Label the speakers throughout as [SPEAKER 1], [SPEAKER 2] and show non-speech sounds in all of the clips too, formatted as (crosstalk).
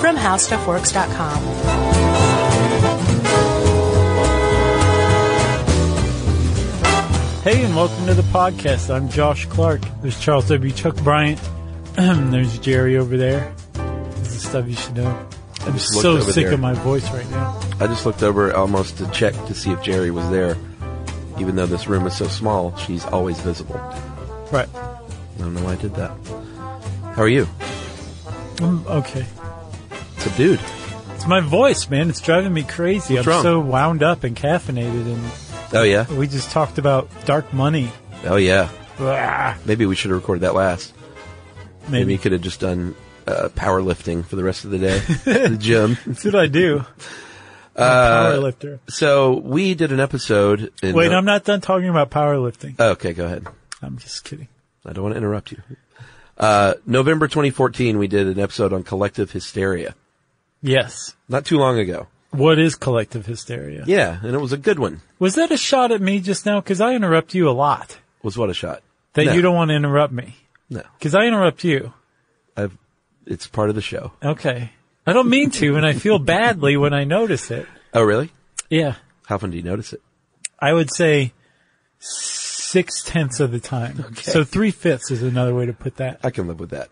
[SPEAKER 1] from HowStuffWorks.com.
[SPEAKER 2] Hey, and welcome to the podcast. I'm Josh Clark. There's Charles W. Chuck Bryant. (clears throat) There's Jerry over there. This is stuff you should know. I'm
[SPEAKER 3] just
[SPEAKER 2] so
[SPEAKER 3] looked over
[SPEAKER 2] sick
[SPEAKER 3] there.
[SPEAKER 2] of my voice right now.
[SPEAKER 3] I just looked over almost to check to see if Jerry was there. Even though this room is so small, she's always visible. I
[SPEAKER 2] Right.
[SPEAKER 3] don't know why I did that. How are you?
[SPEAKER 2] Mm, okay.
[SPEAKER 3] Subdued.
[SPEAKER 2] It's my voice, man. It's driving me crazy.
[SPEAKER 3] What's
[SPEAKER 2] I'm
[SPEAKER 3] wrong?
[SPEAKER 2] so wound up and caffeinated. And
[SPEAKER 3] Oh, yeah?
[SPEAKER 2] we just talked about dark money.
[SPEAKER 3] Oh, yeah.
[SPEAKER 2] Ah,
[SPEAKER 3] Maybe we should have recorded that last. Maybe
[SPEAKER 2] maybe.
[SPEAKER 3] you could have just done uh, powerlifting for the rest of the
[SPEAKER 2] (laughs)
[SPEAKER 3] day, the gym.
[SPEAKER 2] That's what
[SPEAKER 3] (laughs)
[SPEAKER 2] I do. I'm a powerlifter.
[SPEAKER 3] So we did an episode. In
[SPEAKER 2] Wait,
[SPEAKER 3] Uh, the-
[SPEAKER 2] I'm not done talking about powerlifting.
[SPEAKER 3] Oh, okay, go ahead.
[SPEAKER 2] I'm just kidding.
[SPEAKER 3] I don't want to interrupt you. Uh, November 2014, we did an episode on collective hysteria.
[SPEAKER 2] Yes.
[SPEAKER 3] Not too long ago.
[SPEAKER 2] What is collective hysteria?
[SPEAKER 3] Yeah, and it was a good one.
[SPEAKER 2] Was that a shot at me just now? Because I interrupt you a lot.
[SPEAKER 3] Was what a shot.
[SPEAKER 2] That
[SPEAKER 3] No.
[SPEAKER 2] you don't want to interrupt me.
[SPEAKER 3] No,
[SPEAKER 2] Because I interrupt you.
[SPEAKER 3] I've. It's part of the show.
[SPEAKER 2] Okay. I don't mean to, and I feel badly when I notice it.
[SPEAKER 3] Oh, really?
[SPEAKER 2] Yeah.
[SPEAKER 3] How often do you notice it?
[SPEAKER 2] I would say six tenths of the time. So three fifths is another way to put that.
[SPEAKER 3] I can live with that.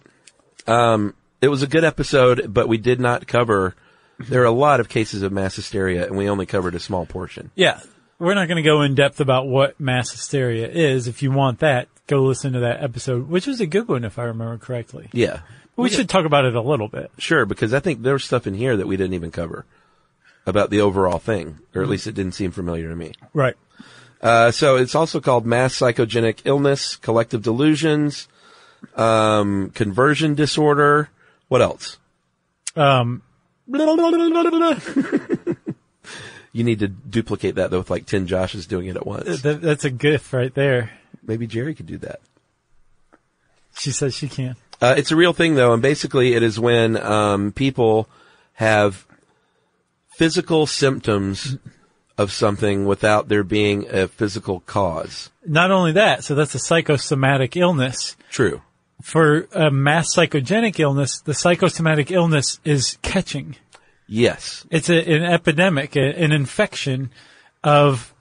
[SPEAKER 3] Um, it was a good episode, but we did not cover. There are a lot of cases of mass hysteria, and we only covered a small portion.
[SPEAKER 2] Yeah. We're not going to go in depth about what mass hysteria is. If you want that, go listen to that episode, which was a good one, if I remember correctly.
[SPEAKER 3] Yeah,
[SPEAKER 2] We should talk about it a little bit.
[SPEAKER 3] sure, because I think there was stuff in here that we didn't even cover about the overall thing, or at least it didn't seem familiar to me.
[SPEAKER 2] Right.
[SPEAKER 3] Uh, so it's also called mass psychogenic illness, collective delusions, um, conversion disorder. What else?
[SPEAKER 2] Um, that,
[SPEAKER 3] You need to duplicate that though with like 10 Joshes doing it at once.
[SPEAKER 2] that's a gif right there.
[SPEAKER 3] Uh, Maybe Jerry could do that.
[SPEAKER 2] She says she can.
[SPEAKER 3] Uh, it's a real thing though, and basically it is when um, people have physical symptoms of something without there being a physical cause.
[SPEAKER 2] Not only that, so that's a psychosomatic illness.
[SPEAKER 3] True.
[SPEAKER 2] For a mass psychogenic illness, the psychosomatic illness is catching.
[SPEAKER 3] Yes.
[SPEAKER 2] It's a, an epidemic, a, an infection of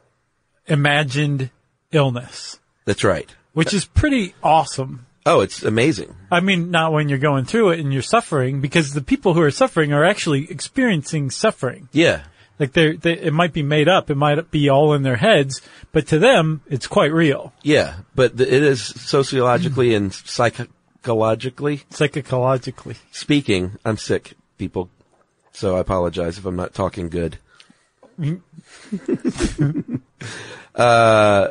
[SPEAKER 2] imagined illness,
[SPEAKER 3] That's right.
[SPEAKER 2] which is pretty awesome.
[SPEAKER 3] Oh, it's amazing.
[SPEAKER 2] I mean, not when you're going through it and you're suffering, because the people who are suffering are actually experiencing suffering.
[SPEAKER 3] Yeah.
[SPEAKER 2] Like they're, they, it might be made up, it might be all in their heads, but to them, it's quite real,
[SPEAKER 3] Yeah. But th- it is sociologically and psychologically
[SPEAKER 2] psychologically.
[SPEAKER 3] speaking. I'm sick, people. So I apologize if I'm not talking good. uh,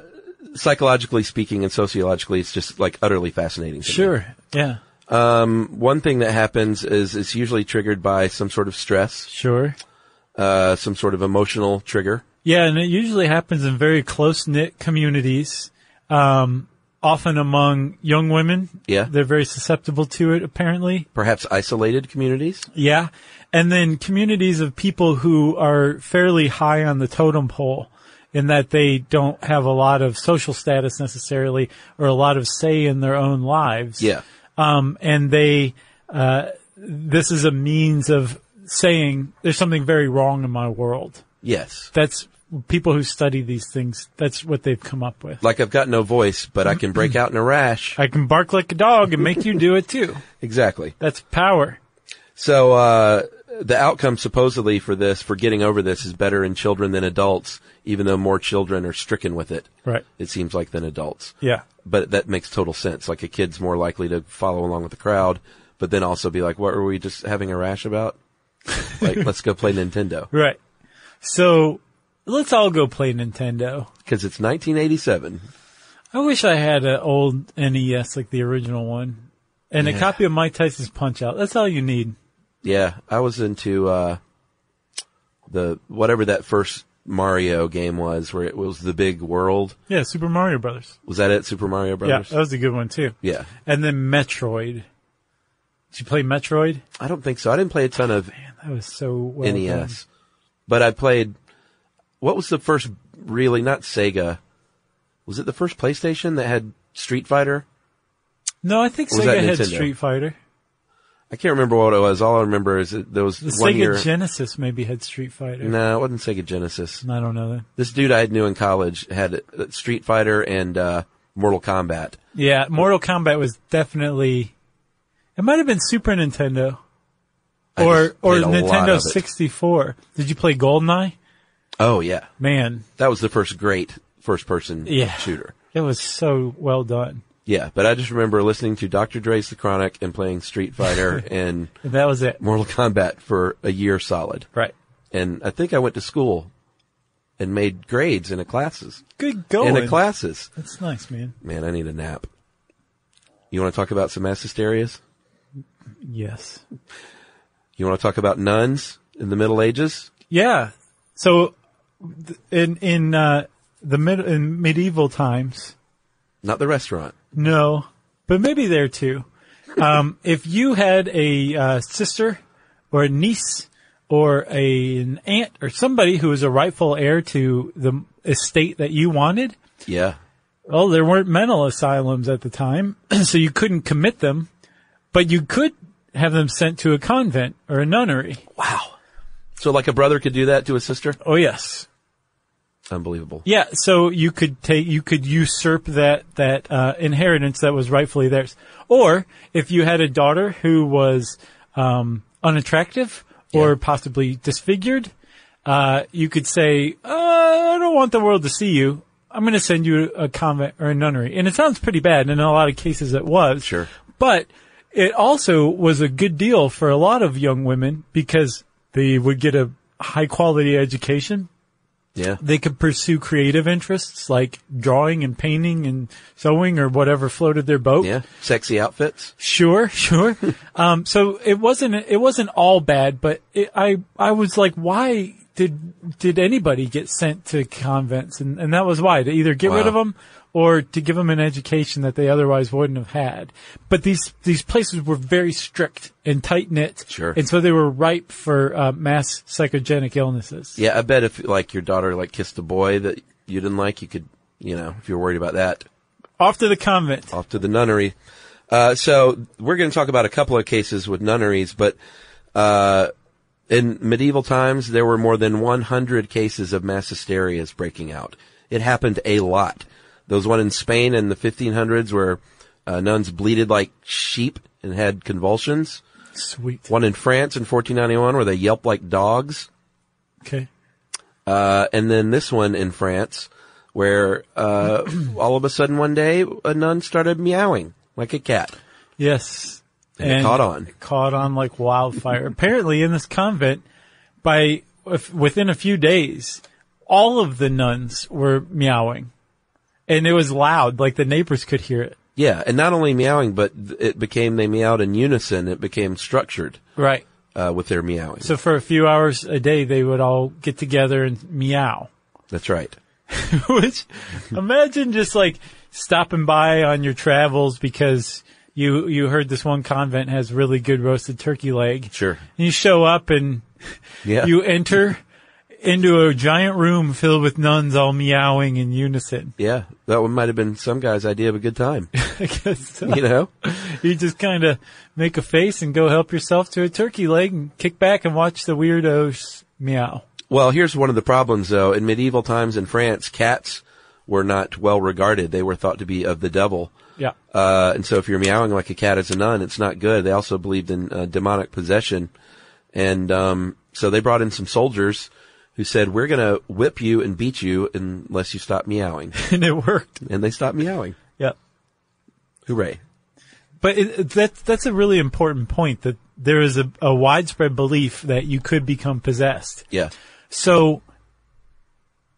[SPEAKER 3] psychologically speaking and sociologically, it's just like utterly fascinating. to me.
[SPEAKER 2] Sure. Yeah.
[SPEAKER 3] One thing that happens is it's usually triggered by some sort of stress,
[SPEAKER 2] Sure.
[SPEAKER 3] uh, some sort of emotional trigger.
[SPEAKER 2] Yeah, and it usually happens in very close knit communities, um, often among young women.
[SPEAKER 3] Yeah.
[SPEAKER 2] They're very susceptible to it, apparently.
[SPEAKER 3] Perhaps isolated communities.
[SPEAKER 2] Yeah. And then communities of people who are fairly high on the totem pole in that they don't have a lot of social status necessarily or a lot of say in their own lives.
[SPEAKER 3] Yeah.
[SPEAKER 2] Um, and they, uh, this is a means of saying there's something very wrong in my world
[SPEAKER 3] Yes.
[SPEAKER 2] that's people who study these things. That's what they've come up with.
[SPEAKER 3] Like I've got no voice, but I can (laughs) break out in a rash.
[SPEAKER 2] I can bark like a dog and make you do it too.
[SPEAKER 3] Exactly.
[SPEAKER 2] That's power.
[SPEAKER 3] So uh, the outcome supposedly for this, for getting over this, is better in children than adults, even though more children are stricken with it.
[SPEAKER 2] Right.
[SPEAKER 3] It seems like than adults.
[SPEAKER 2] Yeah.
[SPEAKER 3] But that makes total sense. Like a kid's more likely to follow along with the crowd, but then also be like, "What were we just having a rash about?" (laughs) like, let's go play Nintendo
[SPEAKER 2] Right. So let's all go play Nintendo.
[SPEAKER 3] because it's 1987.
[SPEAKER 2] I wish I had an old NES, like the original one, and a copy of Mike Tyson's Punch Out. That's all you need.
[SPEAKER 3] Yeah, I was into uh, the whatever that first Mario game was, where it was the big world.
[SPEAKER 2] Yeah, Super Mario Brothers.
[SPEAKER 3] Was that it? Super Mario Brothers.
[SPEAKER 2] Yeah, that was a good one too.
[SPEAKER 3] Yeah.
[SPEAKER 2] And then Metroid. Did you play Metroid?
[SPEAKER 3] I don't think so. I didn't play a ton of
[SPEAKER 2] That was so well done.
[SPEAKER 3] NES, but I played. What was the first really not Sega? Was it the first PlayStation that had Street Fighter?
[SPEAKER 2] No, I think
[SPEAKER 3] Or was
[SPEAKER 2] Sega
[SPEAKER 3] that
[SPEAKER 2] had
[SPEAKER 3] Nintendo?
[SPEAKER 2] Street Fighter.
[SPEAKER 3] I can't remember what it was. All I remember is that there was
[SPEAKER 2] The
[SPEAKER 3] one
[SPEAKER 2] Sega
[SPEAKER 3] year.
[SPEAKER 2] Genesis maybe had Street Fighter.
[SPEAKER 3] no, it wasn't Sega Genesis.
[SPEAKER 2] I don't know that.
[SPEAKER 3] This dude I knew in college had uh, Street Fighter and uh, Mortal Kombat.
[SPEAKER 2] Yeah, Mortal Kombat was definitely. It might have been Super Nintendo,
[SPEAKER 3] I
[SPEAKER 2] or
[SPEAKER 3] just
[SPEAKER 2] or
[SPEAKER 3] played a lot
[SPEAKER 2] Nintendo
[SPEAKER 3] of it.
[SPEAKER 2] 64. Did you play GoldenEye?
[SPEAKER 3] Oh yeah,
[SPEAKER 2] Man,
[SPEAKER 3] that was the first great first-person
[SPEAKER 2] Yeah.
[SPEAKER 3] shooter.
[SPEAKER 2] it was so well done.
[SPEAKER 3] Yeah, but I just remember listening to Dr. Dre's The Chronic and playing Street
[SPEAKER 2] (laughs)
[SPEAKER 3] Fighter and
[SPEAKER 2] And that was it.
[SPEAKER 3] Mortal Kombat for a year solid.
[SPEAKER 2] Right.
[SPEAKER 3] And I think I went to school and made grades in the classes.
[SPEAKER 2] Good going.
[SPEAKER 3] In the classes.
[SPEAKER 2] That's nice, man.
[SPEAKER 3] Man, I need a nap. You want to talk about some mass hysterias?
[SPEAKER 2] Yes.
[SPEAKER 3] You want to talk about nuns in the Middle Ages?
[SPEAKER 2] Yeah. So th- in in uh, the mid- in medieval times,
[SPEAKER 3] Not the restaurant.
[SPEAKER 2] no, but maybe there too. Um, (laughs) if you had a uh, sister or a niece or a, an aunt or somebody who was a rightful heir to the estate that you wanted,
[SPEAKER 3] Yeah.
[SPEAKER 2] well, there weren't mental asylums at the time, (clears throat) so you couldn't commit them, but you could have them sent to a convent or a nunnery.
[SPEAKER 3] Wow. So like a brother could do that to a sister?
[SPEAKER 2] Oh yes.
[SPEAKER 3] Unbelievable.
[SPEAKER 2] Yeah, so you could take, you could usurp that that uh, inheritance that was rightfully theirs, or if you had a daughter who was um, unattractive or
[SPEAKER 3] Yeah.
[SPEAKER 2] possibly disfigured, uh, you could say, uh, "I don't want the world to see you. I'm going to send you a convent or a nunnery." And it sounds pretty bad, and in a lot of cases, it was.
[SPEAKER 3] Sure.
[SPEAKER 2] but it also was a good deal for a lot of young women because they would get a high quality education
[SPEAKER 3] Yeah.
[SPEAKER 2] they could pursue creative interests like drawing and painting and sewing or whatever floated their boat.
[SPEAKER 3] Yeah. Sexy outfits.
[SPEAKER 2] Sure, (laughs) sure. um, so it wasn't it wasn't all bad, but it, I I was like, why did did anybody get sent to convents? And and that was why to either get rid
[SPEAKER 3] Wow.
[SPEAKER 2] of them or to give them an education that they otherwise wouldn't have had. But these these places were very strict and tight knit,
[SPEAKER 3] Sure.
[SPEAKER 2] and so they were ripe for uh, mass psychogenic illnesses.
[SPEAKER 3] Yeah, I bet if like your daughter like kissed a boy that you didn't like, you could, you know, if you're worried about that,
[SPEAKER 2] Off to the convent.
[SPEAKER 3] off to the nunnery. Uh, so we're going to talk about a couple of cases with nunneries, but uh, in medieval times there were more than 100 cases of mass hysterias breaking out. It happened a lot. There was one in Spain in the 1500s where uh, nuns bleated like sheep and had convulsions.
[SPEAKER 2] Sweet.
[SPEAKER 3] One in France in 1491 where they yelped like dogs.
[SPEAKER 2] Okay.
[SPEAKER 3] Uh, and then this one in France, where uh, (clears throat) all of a sudden one day a nun started meowing like a cat.
[SPEAKER 2] Yes.
[SPEAKER 3] And it caught on.
[SPEAKER 2] it Caught on like wildfire. Apparently, in this convent, by if, within a few days, all of the nuns were meowing, and it was loud. Like the neighbors could hear it.
[SPEAKER 3] Yeah, and not only meowing, but th- it became they meowed in unison. It became structured
[SPEAKER 2] Right.
[SPEAKER 3] uh, with their meowing.
[SPEAKER 2] So for a few hours a day, they would all get together and meow. (laughs)
[SPEAKER 3] That's right.
[SPEAKER 2] Which, imagine just like stopping by on your travels because you you heard this one convent has really good roasted turkey leg.
[SPEAKER 3] Sure.
[SPEAKER 2] And you show up and
[SPEAKER 3] Yeah.
[SPEAKER 2] You enter into a giant room filled with nuns all meowing in unison. (laughs)
[SPEAKER 3] yeah, that one might have been some guy's idea of a good time. (laughs)
[SPEAKER 2] I guess so.
[SPEAKER 3] You know,
[SPEAKER 2] You just kind of make a face and go help yourself to a turkey leg and kick back and watch the weirdos meow.
[SPEAKER 3] Well, here's one of the problems though. In medieval times in France, cats were not well regarded. They were thought to be of the devil.
[SPEAKER 2] Yeah.
[SPEAKER 3] Uh, and so if you're meowing like a cat as a nun, it's not good. They also believed in uh, demonic possession. And, um, so they brought in some soldiers who said, we're going to whip you and beat you unless you stop meowing.
[SPEAKER 2] (laughs) and it worked.
[SPEAKER 3] and they stopped meowing.
[SPEAKER 2] Yeah.
[SPEAKER 3] Hooray.
[SPEAKER 2] But it, that, that's a really important point that there is a, a widespread belief that you could become possessed.
[SPEAKER 3] Yeah.
[SPEAKER 2] So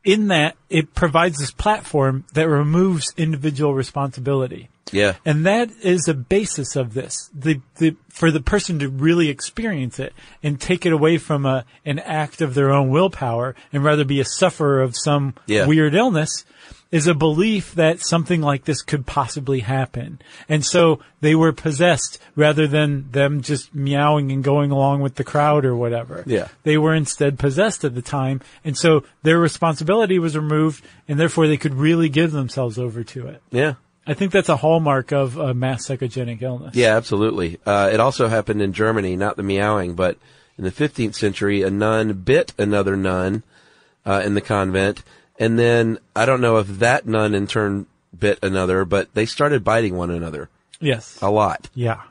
[SPEAKER 2] in that, it provides this platform that removes individual responsibility.
[SPEAKER 3] Yeah.
[SPEAKER 2] And that is a basis of this. The, the, for the person to really experience it and take it away from a, an act of their own willpower and rather be a sufferer of some
[SPEAKER 3] Yeah.
[SPEAKER 2] weird illness is a belief that something like this could possibly happen. And so they were possessed rather than them just meowing and going along with the crowd or whatever.
[SPEAKER 3] Yeah.
[SPEAKER 2] They were instead possessed at the time. And so their responsibility was removed and therefore they could really give themselves over to it.
[SPEAKER 3] Yeah.
[SPEAKER 2] I think that's a hallmark of a mass psychogenic illness.
[SPEAKER 3] Yeah, absolutely. Uh, it also happened in Germany, not the meowing, but in the 15th century, a nun bit another nun uh, in the convent, and then I don't know if that nun in turn bit another, but they started biting one another
[SPEAKER 2] Yes.
[SPEAKER 3] a lot,
[SPEAKER 2] Yeah.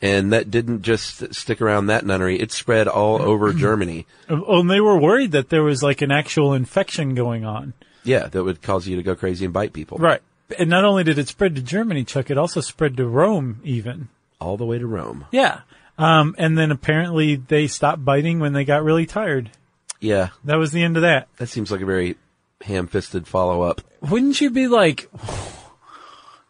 [SPEAKER 3] and that didn't just st- stick around that nunnery; it spread all (clears throat) over Germany.
[SPEAKER 2] Oh, and they were worried that there was like an actual infection going on.
[SPEAKER 3] Yeah, that would cause you to go crazy and bite people,
[SPEAKER 2] Right. And not only did it spread to Germany, Chuck, it also spread to Rome even.
[SPEAKER 3] all the way to Rome.
[SPEAKER 2] Yeah. Um, and then apparently they stopped biting when they got really tired.
[SPEAKER 3] Yeah,
[SPEAKER 2] That was the end of that.
[SPEAKER 3] that seems like a very ham-fisted follow-up.
[SPEAKER 2] Wouldn't you be like,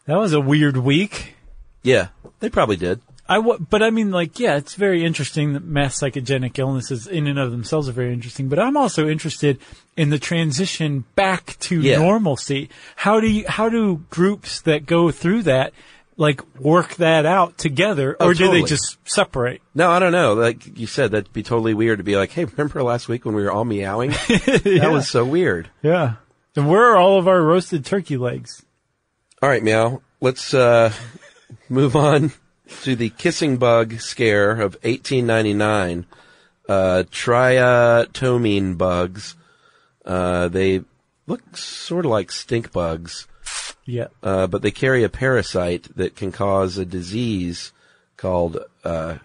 [SPEAKER 2] that was a weird week?
[SPEAKER 3] Yeah, they probably did.
[SPEAKER 2] I w- but I mean, like, yeah, it's very interesting that mass psychogenic illnesses in and of themselves are very interesting, but I'm also interested in the transition back to
[SPEAKER 3] Yeah.
[SPEAKER 2] normalcy. How do you, how do groups that go through that, like, work that out together,
[SPEAKER 3] Oh,
[SPEAKER 2] or do they
[SPEAKER 3] totally.
[SPEAKER 2] just separate?
[SPEAKER 3] No, I don't know. Like you said, that'd be totally weird to be like, hey, remember last week when we were all meowing? That was so weird.
[SPEAKER 2] Yeah. And where are all of our roasted turkey legs?
[SPEAKER 3] All right, meow. Let's uh, move on to the kissing bug scare of 1899. Uh, triatomine bugs. Uh, they look sort of like stink bugs,
[SPEAKER 2] Yeah.
[SPEAKER 3] uh, but they carry a parasite that can cause a disease called uh,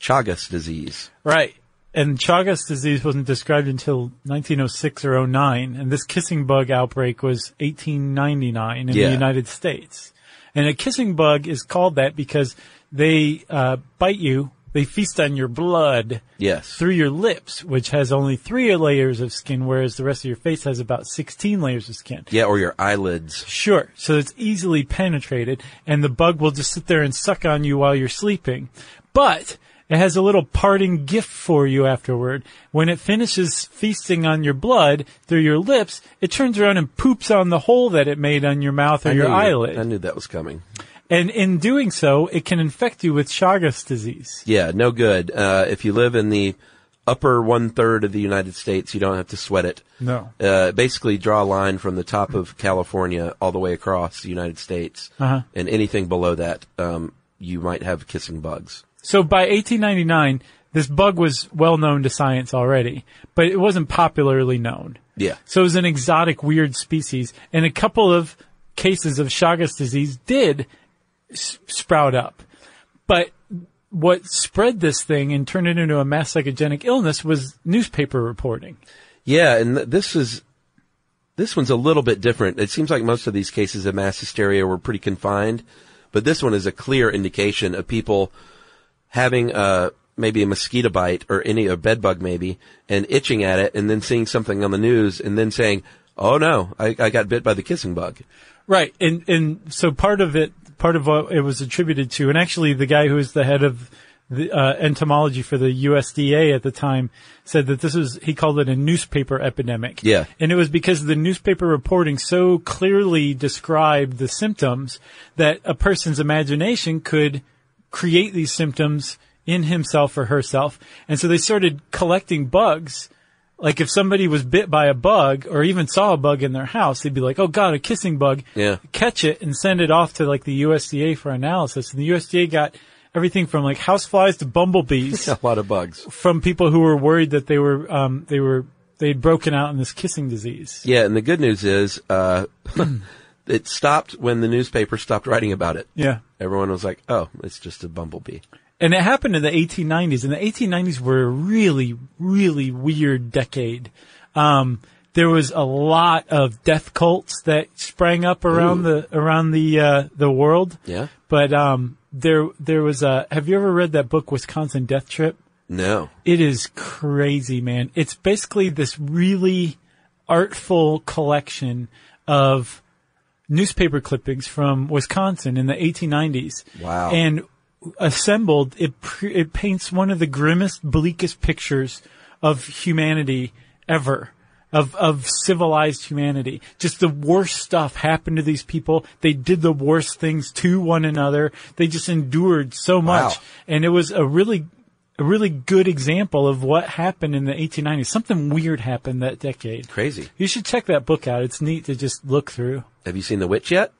[SPEAKER 3] Chagas disease.
[SPEAKER 2] Right. And Chagas disease wasn't described until 1906 or 09, and this kissing bug outbreak was 1899 in
[SPEAKER 3] Yeah.
[SPEAKER 2] the United States. And a kissing bug is called that because they uh, bite you, they feast on your blood
[SPEAKER 3] Yes.
[SPEAKER 2] through your lips, which has only three layers of skin, whereas the rest of your face has about 16 layers of skin.
[SPEAKER 3] Yeah, or your eyelids.
[SPEAKER 2] Sure. So it's easily penetrated and the bug will just sit there and suck on you while you're sleeping. But it has a little parting gift for you afterward. When it finishes feasting on your blood through your lips, it turns around and poops on the hole that it made on your mouth or
[SPEAKER 3] I
[SPEAKER 2] your
[SPEAKER 3] knew-
[SPEAKER 2] eyelid.
[SPEAKER 3] I knew that was coming.
[SPEAKER 2] and in doing so, it can infect you with Chagas disease.
[SPEAKER 3] Yeah, no good. Uh, if you live in the upper one third of the United States, you don't have to sweat it.
[SPEAKER 2] No.
[SPEAKER 3] Uh, basically, draw a line from the top of California all the way across the United States,
[SPEAKER 2] Uh-huh.
[SPEAKER 3] and anything below that, um, you might have kissing bugs.
[SPEAKER 2] So by 1899, this bug was well known to science already, but it wasn't popularly known.
[SPEAKER 3] Yeah.
[SPEAKER 2] So it was an exotic, weird species, and a couple of cases of Chagas disease did s- sprout up. But what spread this thing and turned it into a mass psychogenic illness was newspaper reporting.
[SPEAKER 3] Yeah, and th- this is this one's a little bit different. It seems like most of these cases of mass hysteria were pretty confined, but this one is a clear indication of people having uh maybe a mosquito bite or any a bed bug maybe and itching at it and then seeing something on the news and then saying, "Oh no, I, I got bit by the kissing bug."
[SPEAKER 2] Right, and and so part of it, part of what it was attributed to, and actually the guy who was the head of the uh, entomology for the USDA at the time said that this was he called it a newspaper epidemic.
[SPEAKER 3] Yeah.
[SPEAKER 2] and it was because the newspaper reporting so clearly described the symptoms that a person's imagination could create these symptoms in himself or herself, and so they started collecting bugs. Like if somebody was bit by a bug or even saw a bug in their house, they'd be like, "Oh God, a kissing bug!"
[SPEAKER 3] Yeah.
[SPEAKER 2] Catch it and send it off to like the USDA for analysis. And the USDA got everything from like houseflies
[SPEAKER 3] (laughs)
[SPEAKER 2] to
[SPEAKER 3] (laughs)
[SPEAKER 2] bumblebees
[SPEAKER 3] A lot of bugs.
[SPEAKER 2] from people who were worried that they were um, they were they'd broken out in this kissing disease.
[SPEAKER 3] Yeah, and the good news is uh (laughs) it stopped when the newspaper stopped writing about it.
[SPEAKER 2] Yeah.
[SPEAKER 3] Everyone was like, "Oh, it's just a bumblebee."
[SPEAKER 2] And it happened in the 1890s, and the 1890s were a really, really weird decade. Um, there was a lot of death cults that sprang up around the around the uh, the world.
[SPEAKER 3] Yeah.
[SPEAKER 2] But um, there there was a. Have you ever read that book, Wisconsin Death Trip?
[SPEAKER 3] No.
[SPEAKER 2] It is crazy, man. It's basically this really artful collection of newspaper clippings from Wisconsin in the 1890s.
[SPEAKER 3] Wow.
[SPEAKER 2] And assembled, it pr- it paints one of the grimmest, bleakest pictures of humanity ever. Of, of civilized humanity. Just the worst stuff happened to these people. They did the worst things to one another. They just endured so much. And it was a really a really good example of what happened in the 1890s. Something weird happened that decade.
[SPEAKER 3] Crazy.
[SPEAKER 2] You should check that book out. It's neat to just look through.
[SPEAKER 3] Have you seen The Witch yet?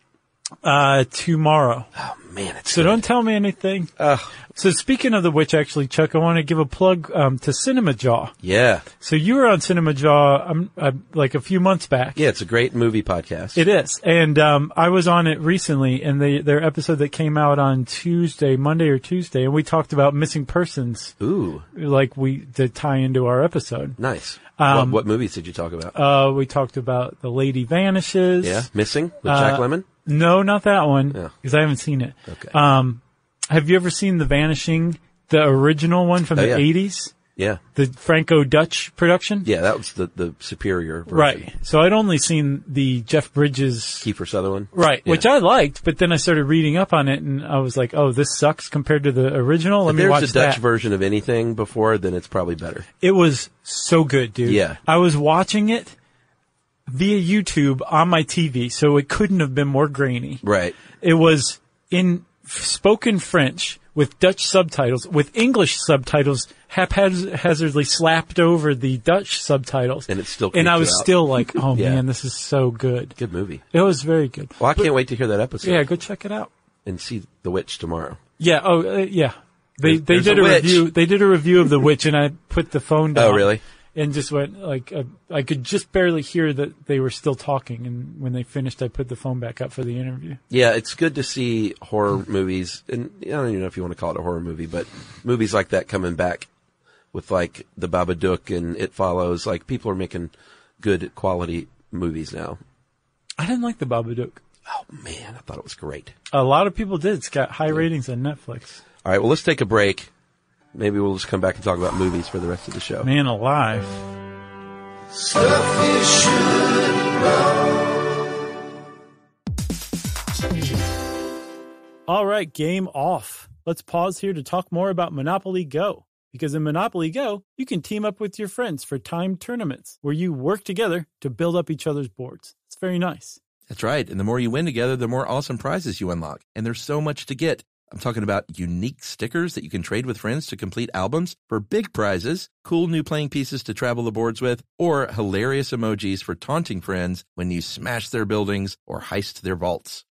[SPEAKER 2] Uh, tomorrow.
[SPEAKER 3] Oh man, it's
[SPEAKER 2] So don't tell me anything.
[SPEAKER 3] Ugh.
[SPEAKER 2] So speaking of the witch, actually, Chuck, I want to give a plug um, to Cinema Jaw.
[SPEAKER 3] yeah,
[SPEAKER 2] So you were on Cinema Jaw um, uh, like a few months back.
[SPEAKER 3] yeah. It's a great movie podcast.
[SPEAKER 2] It is, and um, I was on it recently, and they, their episode that came out on Tuesday, Monday or Tuesday, and we talked about missing persons,
[SPEAKER 3] Ooh,
[SPEAKER 2] like we to tie into our episode.
[SPEAKER 3] nice.
[SPEAKER 2] Um,
[SPEAKER 3] what, what movies did you talk about?
[SPEAKER 2] Uh, we talked about the lady vanishes.
[SPEAKER 3] yeah, Missing with
[SPEAKER 2] uh,
[SPEAKER 3] Jack Lemmon.
[SPEAKER 2] No, not that one.
[SPEAKER 3] Yeah.
[SPEAKER 2] Because I haven't seen it.
[SPEAKER 3] Okay.
[SPEAKER 2] Um, have you ever seen The Vanishing, the original one from
[SPEAKER 3] Oh,
[SPEAKER 2] the
[SPEAKER 3] yeah.
[SPEAKER 2] 80s?
[SPEAKER 3] yeah,
[SPEAKER 2] The Franco Dutch production?
[SPEAKER 3] yeah. That was the the superior version.
[SPEAKER 2] Right. So I'd only seen the Jeff Bridges.
[SPEAKER 3] Kiefer Sutherland.
[SPEAKER 2] Right,
[SPEAKER 3] Yeah.
[SPEAKER 2] which I liked, but then I started reading up on it and I was like, oh, this sucks compared to the original. Let
[SPEAKER 3] If
[SPEAKER 2] me
[SPEAKER 3] there's
[SPEAKER 2] watch
[SPEAKER 3] a Dutch
[SPEAKER 2] that.
[SPEAKER 3] version of anything before, then it's probably better.
[SPEAKER 2] It was so good, dude.
[SPEAKER 3] Yeah.
[SPEAKER 2] I was watching it via YouTube on my TV, so it couldn't have been more grainy.
[SPEAKER 3] Right.
[SPEAKER 2] It was in f- spoken French with Dutch subtitles, with English subtitles haphazardly slapped over the Dutch subtitles.
[SPEAKER 3] And it still
[SPEAKER 2] And I
[SPEAKER 3] creeped
[SPEAKER 2] was
[SPEAKER 3] you out.
[SPEAKER 2] still like,
[SPEAKER 3] (laughs)
[SPEAKER 2] oh
[SPEAKER 3] Yeah.
[SPEAKER 2] man, this is so good.
[SPEAKER 3] Good movie.
[SPEAKER 2] It was very good.
[SPEAKER 3] Well, I can't wait to hear that episode.
[SPEAKER 2] Yeah, go check it out.
[SPEAKER 3] and see The Witch tomorrow.
[SPEAKER 2] Yeah. Oh, uh, yeah. They they
[SPEAKER 3] There's
[SPEAKER 2] did
[SPEAKER 3] a
[SPEAKER 2] a,
[SPEAKER 3] witch.
[SPEAKER 2] review. They did a review of the witch, and I put the phone
[SPEAKER 3] Oh,
[SPEAKER 2] down.
[SPEAKER 3] really?
[SPEAKER 2] And just went like uh, I could just barely hear that they were still talking, and when they finished, I put the phone back up for the interview.
[SPEAKER 3] Yeah, it's good to see horror movies, and I don't even know if you want to call it a horror movie, but movies like that coming back with like The Babadook and It Follows. Like people are making good quality movies now.
[SPEAKER 2] I didn't like the Babadook.
[SPEAKER 3] Oh man, I thought it was great.
[SPEAKER 2] A lot of people did. It's got high ratings on Netflix.
[SPEAKER 3] All right, well let's take a break. Maybe we'll just come back and talk about movies for the rest of the show.
[SPEAKER 2] Man alive. All right, game off. Let's pause here to talk more about Monopoly Go. Because in Monopoly Go, you can team up with your friends for timed tournaments where you work together to build up each other's boards. It's very nice.
[SPEAKER 4] That's right. And the more you win together, the more awesome prizes you unlock. And there's so much to get. I'm talking about unique stickers that you can trade with friends to complete albums for big prizes, cool new playing pieces to travel the boards with, or hilarious emojis for taunting friends when you smash their buildings or heist their vaults.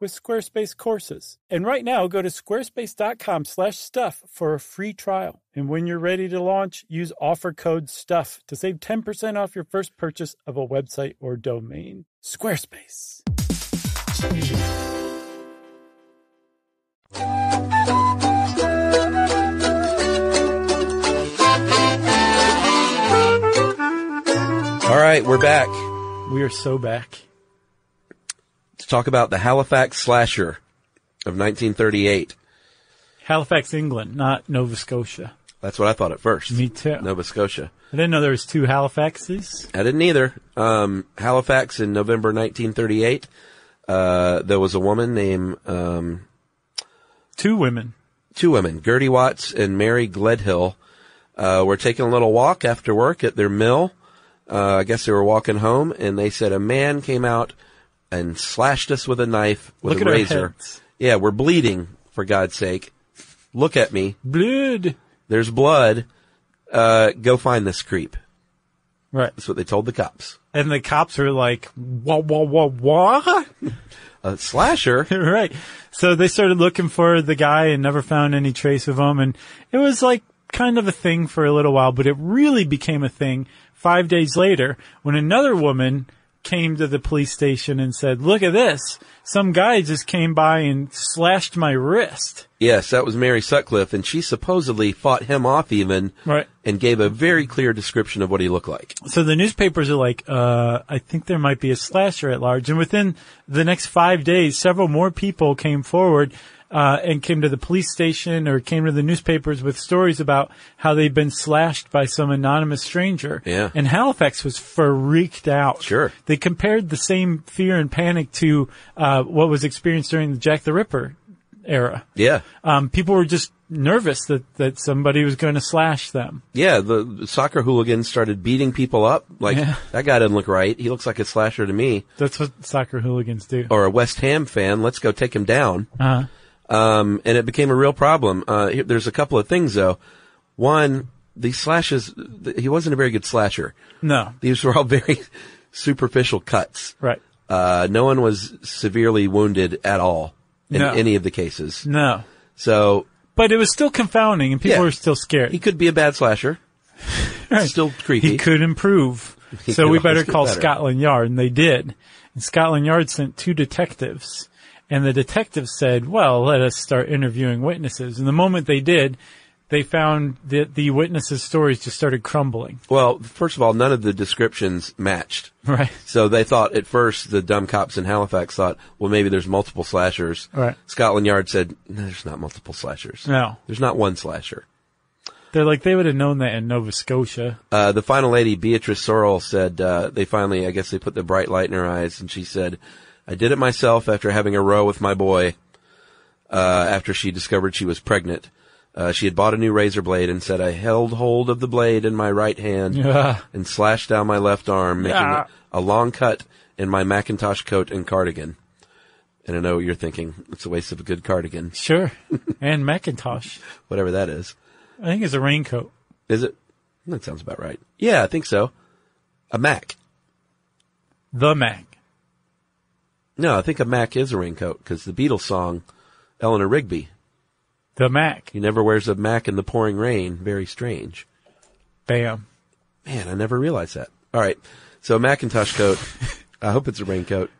[SPEAKER 2] with Squarespace courses. And right now, go to squarespace.com slash stuff for a free trial. And when you're ready to launch, use offer code STUFF to save 10% off your first purchase of a website or domain. Squarespace.
[SPEAKER 3] All right, we're back to
[SPEAKER 2] We are so back.
[SPEAKER 3] talk about the Halifax slasher of 1938.
[SPEAKER 2] Halifax, England, not Nova Scotia.
[SPEAKER 3] That's what I thought at first.
[SPEAKER 2] Me too.
[SPEAKER 3] Nova Scotia.
[SPEAKER 2] I didn't know there was two Halifaxes.
[SPEAKER 3] I didn't either. Um, Halifax in November 1938. Uh, there was a woman named, um,
[SPEAKER 2] Two women.
[SPEAKER 3] two women, Gertie Watts and Mary Gledhill, uh, were taking a little walk after work at their mill. Uh, I guess they were walking home, and they said a man came out and slashed us with a knife with
[SPEAKER 2] Look
[SPEAKER 3] a
[SPEAKER 2] at our
[SPEAKER 3] razor.
[SPEAKER 2] heads.
[SPEAKER 3] Yeah, we're bleeding for God's sake. Look at me.
[SPEAKER 2] Blood.
[SPEAKER 3] There's blood. Uh, go find this creep.
[SPEAKER 2] Right.
[SPEAKER 3] That's what they told the cops.
[SPEAKER 2] And the cops are like, wah, wah, wah, wah.
[SPEAKER 3] A slasher.
[SPEAKER 2] (laughs) right. So they started looking for the guy and never found any trace of him. And it was like kind of a thing for a little while, but it really became a thing five days later when another woman came to the police station and said, look at this. Some guy just came by and slashed my wrist.
[SPEAKER 3] Yes, that was Mary Sutcliffe, and she supposedly fought him off even,
[SPEAKER 2] Right.
[SPEAKER 3] and gave a very clear description of what he looked like.
[SPEAKER 2] So the newspapers are like, uh, I think there might be a slasher at large. And within the next five days, several more people came forward uh, and came to the police station or came to the newspapers with stories about how they'd been slashed by some anonymous stranger.
[SPEAKER 3] Yeah.
[SPEAKER 2] And Halifax was freaked out.
[SPEAKER 3] Sure.
[SPEAKER 2] They compared the same fear and panic to uh, what was experienced during the Jack the Ripper era.
[SPEAKER 3] Yeah.
[SPEAKER 2] Um, people were just nervous that, that somebody was going to slash them.
[SPEAKER 3] Yeah, the the soccer hooligans started beating people up. Like
[SPEAKER 2] Yeah.
[SPEAKER 3] that guy doesn't look right. He looks like a slasher to me,
[SPEAKER 2] That's what soccer hooligans do.
[SPEAKER 3] or a West Ham fan. Let's go take him down.
[SPEAKER 2] Uh-huh.
[SPEAKER 3] Um, and it became a real problem. Uh, here- there's a couple of things though. One, these slashes. Th- he wasn't a very good slasher.
[SPEAKER 2] No.
[SPEAKER 3] These were all (laughs) very superficial cuts.
[SPEAKER 2] Right.
[SPEAKER 3] Uh, no one was severely wounded at all in
[SPEAKER 2] No.
[SPEAKER 3] any of the cases.
[SPEAKER 2] No.
[SPEAKER 3] So
[SPEAKER 2] But it was still confounding and people
[SPEAKER 3] Yeah.
[SPEAKER 2] were still scared.
[SPEAKER 3] he could be a bad slasher. Still creepy.
[SPEAKER 2] (laughs) He could improve.
[SPEAKER 3] He
[SPEAKER 2] so
[SPEAKER 3] could
[SPEAKER 2] we
[SPEAKER 3] always
[SPEAKER 2] better
[SPEAKER 3] get
[SPEAKER 2] call
[SPEAKER 3] better.
[SPEAKER 2] Scotland Yard and they did. And Scotland Yard sent two detectives and the detectives said, well, let us start interviewing witnesses. And the moment they did, they found that the witnesses' stories just
[SPEAKER 3] (laughs)
[SPEAKER 2] started crumbling.
[SPEAKER 3] Well, first of all, none of the descriptions matched.
[SPEAKER 2] Right.
[SPEAKER 3] So they thought at first the dumb cops in Halifax thought, well, maybe there's multiple slashers.
[SPEAKER 2] Right.
[SPEAKER 3] Scotland Yard said, no, there's not multiple slashers.
[SPEAKER 2] No.
[SPEAKER 3] There's not one slasher.
[SPEAKER 2] They're like, they would have known that in Nova Scotia.
[SPEAKER 3] Uh, the final lady, Beatrice Sorrell, said, uh, they finally, I guess they put the bright light in her eyes and she said, I did it myself after having a row with my boy, uh, after she discovered she was pregnant. Uh, she had bought a new razor blade and said, I held hold of the blade in my right hand
[SPEAKER 2] (laughs) Yeah.
[SPEAKER 3] and slashed down my left arm, making
[SPEAKER 2] Yeah.
[SPEAKER 3] a, a long cut in my Macintosh coat and cardigan. And I know what you're thinking. It's a waste of a good cardigan, (laughs)
[SPEAKER 2] Sure. and Macintosh.
[SPEAKER 3] whatever that is.
[SPEAKER 2] I think it's a raincoat.
[SPEAKER 3] Is it? That sounds about right. Yeah, I think so. A Mac.
[SPEAKER 2] The Mac.
[SPEAKER 3] No, I think a Mac is a raincoat because the Beatles song, Eleanor Rigby,
[SPEAKER 2] The Mac.
[SPEAKER 3] he never wears a Mac in the pouring rain. Very strange.
[SPEAKER 2] Bam.
[SPEAKER 3] Man, I never realized that. All right. So Macintosh coat. I hope it's a raincoat.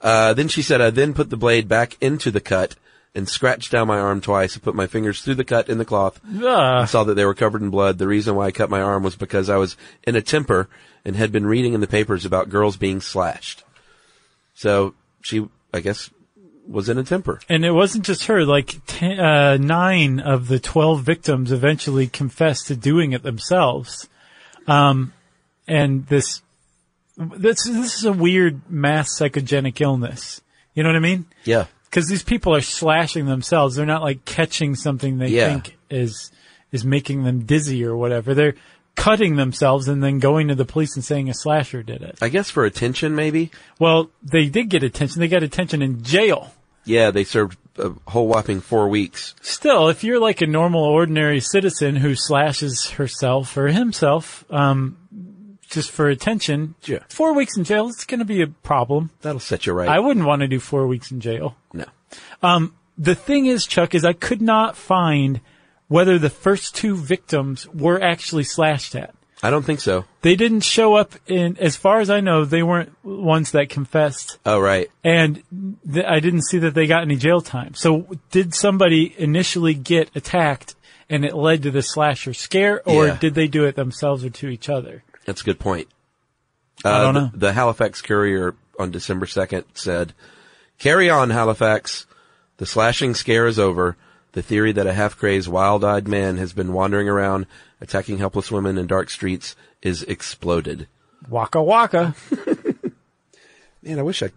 [SPEAKER 3] Uh, then she said, I then put the blade back into the cut and scratched down my arm twice. I put my fingers through the cut in the cloth.
[SPEAKER 2] Ah.
[SPEAKER 3] I saw that they were covered in blood. The reason why I cut my arm was because I was in a temper and had been reading in the papers about girls being slashed. So she, I guess, was in a temper.
[SPEAKER 2] And it wasn't just her. Like ten, uh, nine of the twelve victims eventually confessed to doing it themselves. Um, and this, this, this is a weird mass psychogenic illness. You know what I mean?
[SPEAKER 3] Yeah.
[SPEAKER 2] Because these people are slashing themselves. They're not like catching something they
[SPEAKER 3] Yeah.
[SPEAKER 2] think is is making them dizzy or whatever. They're cutting themselves and then going to the police and saying a slasher did it.
[SPEAKER 3] I guess for attention, maybe.
[SPEAKER 2] Well, they did get attention. They got attention in jail.
[SPEAKER 3] Yeah, they served a whole whopping four weeks.
[SPEAKER 2] Still, if you're like a normal, ordinary citizen who slashes herself or himself, um, just for attention,
[SPEAKER 3] Yeah.
[SPEAKER 2] four weeks in jail is going to be a problem.
[SPEAKER 3] That'll set you right.
[SPEAKER 2] I wouldn't want to do four weeks in jail.
[SPEAKER 3] no.
[SPEAKER 2] The thing is, Chuck, is I could not find whether the first two victims were actually slashed at.
[SPEAKER 3] I don't think so.
[SPEAKER 2] They didn't show up in, as far as I know, they weren't ones that confessed
[SPEAKER 3] Oh, right.
[SPEAKER 2] and th- I didn't see that they got any jail time. So did somebody initially get attacked and it led to the slasher scare or
[SPEAKER 3] Yeah.
[SPEAKER 2] did they do it themselves or to each other?
[SPEAKER 3] That's a good point. Uh,
[SPEAKER 2] I don't know.
[SPEAKER 3] The, the Halifax Courier on December 2nd said, Carry on, Halifax. The slashing scare is over. The theory that a half-crazed, wild-eyed man has been wandering around, attacking helpless women in dark streets is exploded.
[SPEAKER 2] Waka waka. (laughs)
[SPEAKER 3] Man, I wish I,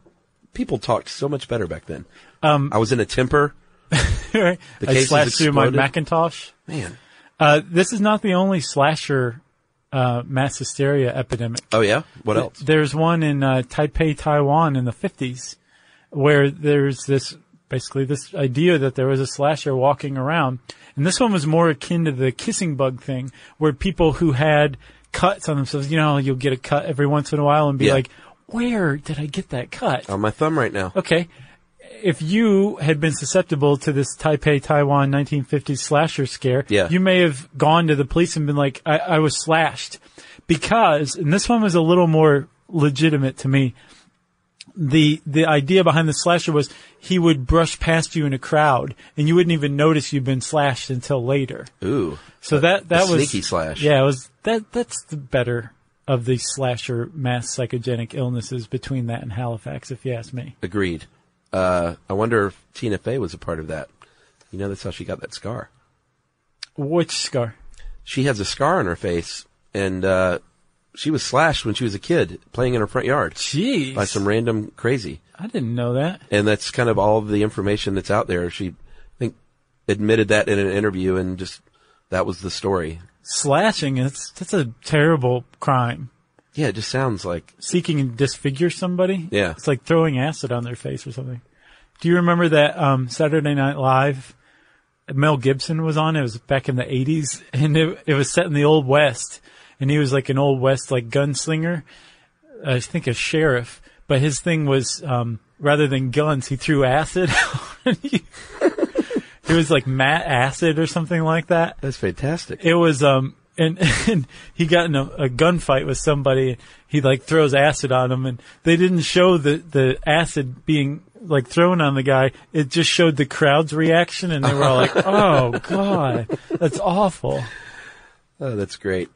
[SPEAKER 3] people talked so much better back then. Um, I was in a temper.
[SPEAKER 2] I
[SPEAKER 3] case is
[SPEAKER 2] slashed through my
[SPEAKER 3] exploded.
[SPEAKER 2] Macintosh.
[SPEAKER 3] Man.
[SPEAKER 2] Uh, this is not the only slasher uh, mass hysteria epidemic.
[SPEAKER 3] Oh yeah? What else?
[SPEAKER 2] There's one in uh, Taipei, Taiwan in the 50s where there's this basically this idea that there was a slasher walking around. And this one was more akin to the kissing bug thing where people who had cuts on themselves, you know, you'll get a cut every once in a while and be
[SPEAKER 3] Yeah.
[SPEAKER 2] like, where did I get that cut?
[SPEAKER 3] On my thumb right now.
[SPEAKER 2] Okay. If you had been susceptible to this Taipei, Taiwan 1950s slasher scare,
[SPEAKER 3] Yeah.
[SPEAKER 2] you may have gone to the police and been like, I, I was slashed. Because, and this one was a little more legitimate to me, the, the idea behind the slasher was he would brush past you in a crowd and you wouldn't even notice you'd been slashed until later.
[SPEAKER 3] Ooh.
[SPEAKER 2] So that, that
[SPEAKER 3] a
[SPEAKER 2] was.
[SPEAKER 3] sneaky slash.
[SPEAKER 2] Yeah, it was, that, that's the better of the slasher mass psychogenic illnesses between that and Halifax, if you ask me.
[SPEAKER 3] Agreed. Uh, I wonder if Tina Fey was a part of that. You know, that's how she got that scar.
[SPEAKER 2] Which scar?
[SPEAKER 3] She has a scar on her face, and uh, she was slashed when she was a kid playing in her front yard
[SPEAKER 2] Jeez.
[SPEAKER 3] by some random crazy.
[SPEAKER 2] I didn't know that.
[SPEAKER 3] And that's kind of all the information that's out there. She, I think, admitted that in an interview, and just that was the story.
[SPEAKER 2] Slashing, it's, that's a terrible crime.
[SPEAKER 3] Yeah, it just sounds like
[SPEAKER 2] Seeking to disfigure somebody?
[SPEAKER 3] Yeah.
[SPEAKER 2] It's like throwing acid on their face or something. Do you remember that, um, Saturday Night Live? Mel Gibson was on. It was back in the 80s and it, it was set in the Old West and he was like an Old West, like gunslinger. I think a sheriff, but his thing was, um, rather than guns, he threw acid. (laughs) it was like Matt Acid or something like that.
[SPEAKER 3] that's fantastic.
[SPEAKER 2] it was um and, (laughs) and he got in a, a gunfight with somebody he like throws acid on him and they didn't show the the acid being like thrown on the guy it just showed the crowd's reaction and they were all (laughs) like oh god that's awful
[SPEAKER 3] Oh, that's great.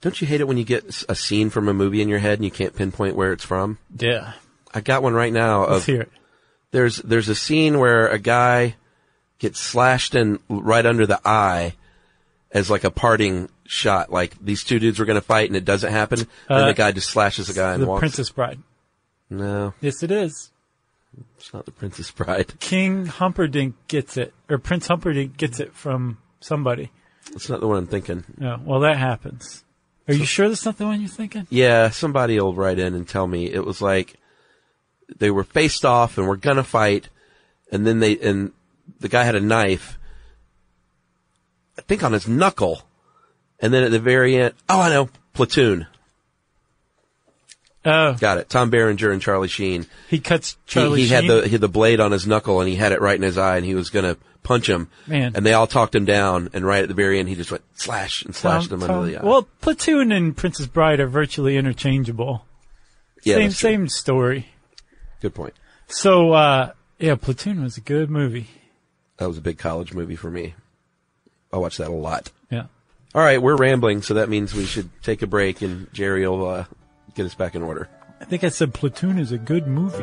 [SPEAKER 3] Don't you hate it when you get s- a scene from a movie in your head and you can't pinpoint where it's from?
[SPEAKER 2] yeah
[SPEAKER 3] I got one right now
[SPEAKER 2] let's (laughs)
[SPEAKER 3] of
[SPEAKER 2] hear it
[SPEAKER 3] there's there's a scene where a guy gets slashed in right under the eye as like a parting shot. Like these two dudes were gonna fight and it doesn't happen,
[SPEAKER 2] Uh,
[SPEAKER 3] and the guy just slashes the guy and
[SPEAKER 2] the
[SPEAKER 3] walks.
[SPEAKER 2] princess bride
[SPEAKER 3] No,
[SPEAKER 2] yes it is
[SPEAKER 3] it's not the Princess Bride.
[SPEAKER 2] king humperdinck gets it or prince humperdinck gets it from somebody
[SPEAKER 3] It's not the one I'm thinking.
[SPEAKER 2] yeah well that happens are you sure that's not the one you're thinking
[SPEAKER 3] Yeah, somebody will write in and tell me it was like they were faced off and were gonna fight, and then they and the guy had a knife, I think on his knuckle, and then at the very end, oh, I know, platoon.
[SPEAKER 2] oh
[SPEAKER 3] Got it. Tom Berenger and Charlie Sheen.
[SPEAKER 2] he cuts
[SPEAKER 3] He-
[SPEAKER 2] charlie
[SPEAKER 3] he,
[SPEAKER 2] Sheen?
[SPEAKER 3] had the he had the blade on his knuckle and he had it right in his eye and he was gonna punch him.
[SPEAKER 2] Man.
[SPEAKER 3] And they all talked him down and right at the very end he just went slash and slashed
[SPEAKER 2] Tom-
[SPEAKER 3] him
[SPEAKER 2] Tom-
[SPEAKER 3] under the eye.
[SPEAKER 2] Well, Platoon and Princess Bride are virtually interchangeable.
[SPEAKER 3] yeah,
[SPEAKER 2] same
[SPEAKER 3] that's true.
[SPEAKER 2] same story.
[SPEAKER 3] Good point.
[SPEAKER 2] So uh yeah, Platoon was a good movie.
[SPEAKER 3] That was a big college movie for me. I watched that a lot.
[SPEAKER 2] Yeah.
[SPEAKER 3] All right, we're rambling, so that means we should take a break and Jerry will uh, get us back in order.
[SPEAKER 2] I think I said Platoon is a good movie.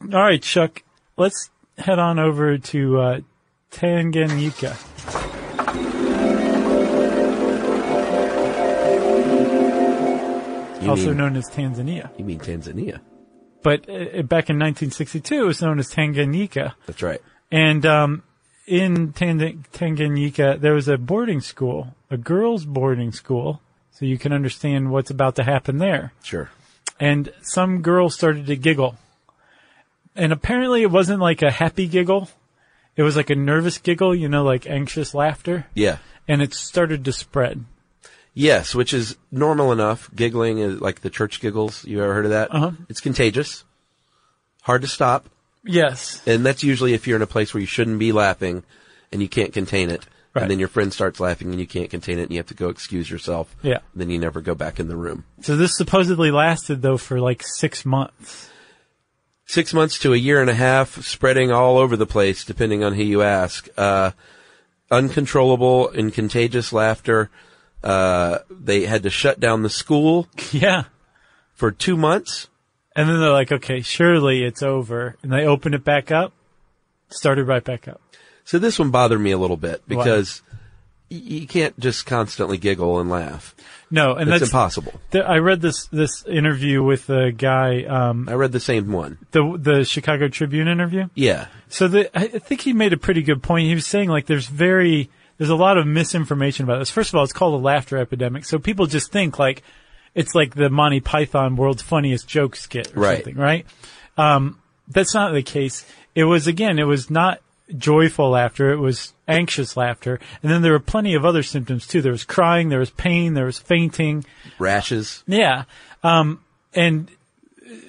[SPEAKER 2] All right, Chuck, let's head on over to uh, Tanganyika.
[SPEAKER 3] You
[SPEAKER 2] also
[SPEAKER 3] mean,
[SPEAKER 2] known as Tanzania.
[SPEAKER 3] you mean Tanzania?
[SPEAKER 2] But uh, back in 1962, it was known as Tanganyika.
[SPEAKER 3] That's right.
[SPEAKER 2] And um, in Tang- Tanganyika, there was a boarding school, a girls' boarding school, so you can understand what's about to happen there.
[SPEAKER 3] Sure.
[SPEAKER 2] And some girl started to giggle. And apparently, it wasn't like a happy giggle. It was like a nervous giggle, you know, like anxious laughter.
[SPEAKER 3] Yeah.
[SPEAKER 2] And it started to spread.
[SPEAKER 3] Yes, which is normal enough. Giggling is like the church giggles. You ever heard of that?
[SPEAKER 2] Uh-huh.
[SPEAKER 3] It's contagious. Hard to stop.
[SPEAKER 2] Yes.
[SPEAKER 3] And that's usually if you're in a place where you shouldn't be laughing and you can't contain it.
[SPEAKER 2] Right.
[SPEAKER 3] And then your friend starts laughing and you can't contain it and you have to go excuse yourself.
[SPEAKER 2] Yeah.
[SPEAKER 3] Then you never go back in the room.
[SPEAKER 2] So this supposedly lasted though for like six months.
[SPEAKER 3] six months to a year and a half, spreading all over the place, depending on who you ask. Uh, uncontrollable and contagious laughter. Uh, they had to shut down the school
[SPEAKER 2] (laughs) Yeah.
[SPEAKER 3] for two months.
[SPEAKER 2] And then they're like, okay, surely it's over. And they opened it back up, started right back up.
[SPEAKER 3] So this one bothered me a little bit because y you can't just constantly giggle and laugh.
[SPEAKER 2] No, and
[SPEAKER 3] It's
[SPEAKER 2] that's
[SPEAKER 3] impossible.
[SPEAKER 2] th- I read this this interview with a guy, um,
[SPEAKER 3] I read the same one.
[SPEAKER 2] the the Chicago Tribune interview.
[SPEAKER 3] Yeah.
[SPEAKER 2] So the, I I think he made a pretty good point. He was saying like there's very there's a lot of misinformation about this. First of all, it's called a laughter epidemic, so people just think like it's like the Monty Python World's Funniest Joke skit or
[SPEAKER 3] Right.
[SPEAKER 2] something, right? Um, that's not the case. It was again, it was not joyful laughter. It was anxious laughter, and then there were plenty of other symptoms too. There was crying, there was pain, there was fainting.
[SPEAKER 3] Rashes.
[SPEAKER 2] Yeah. Um, and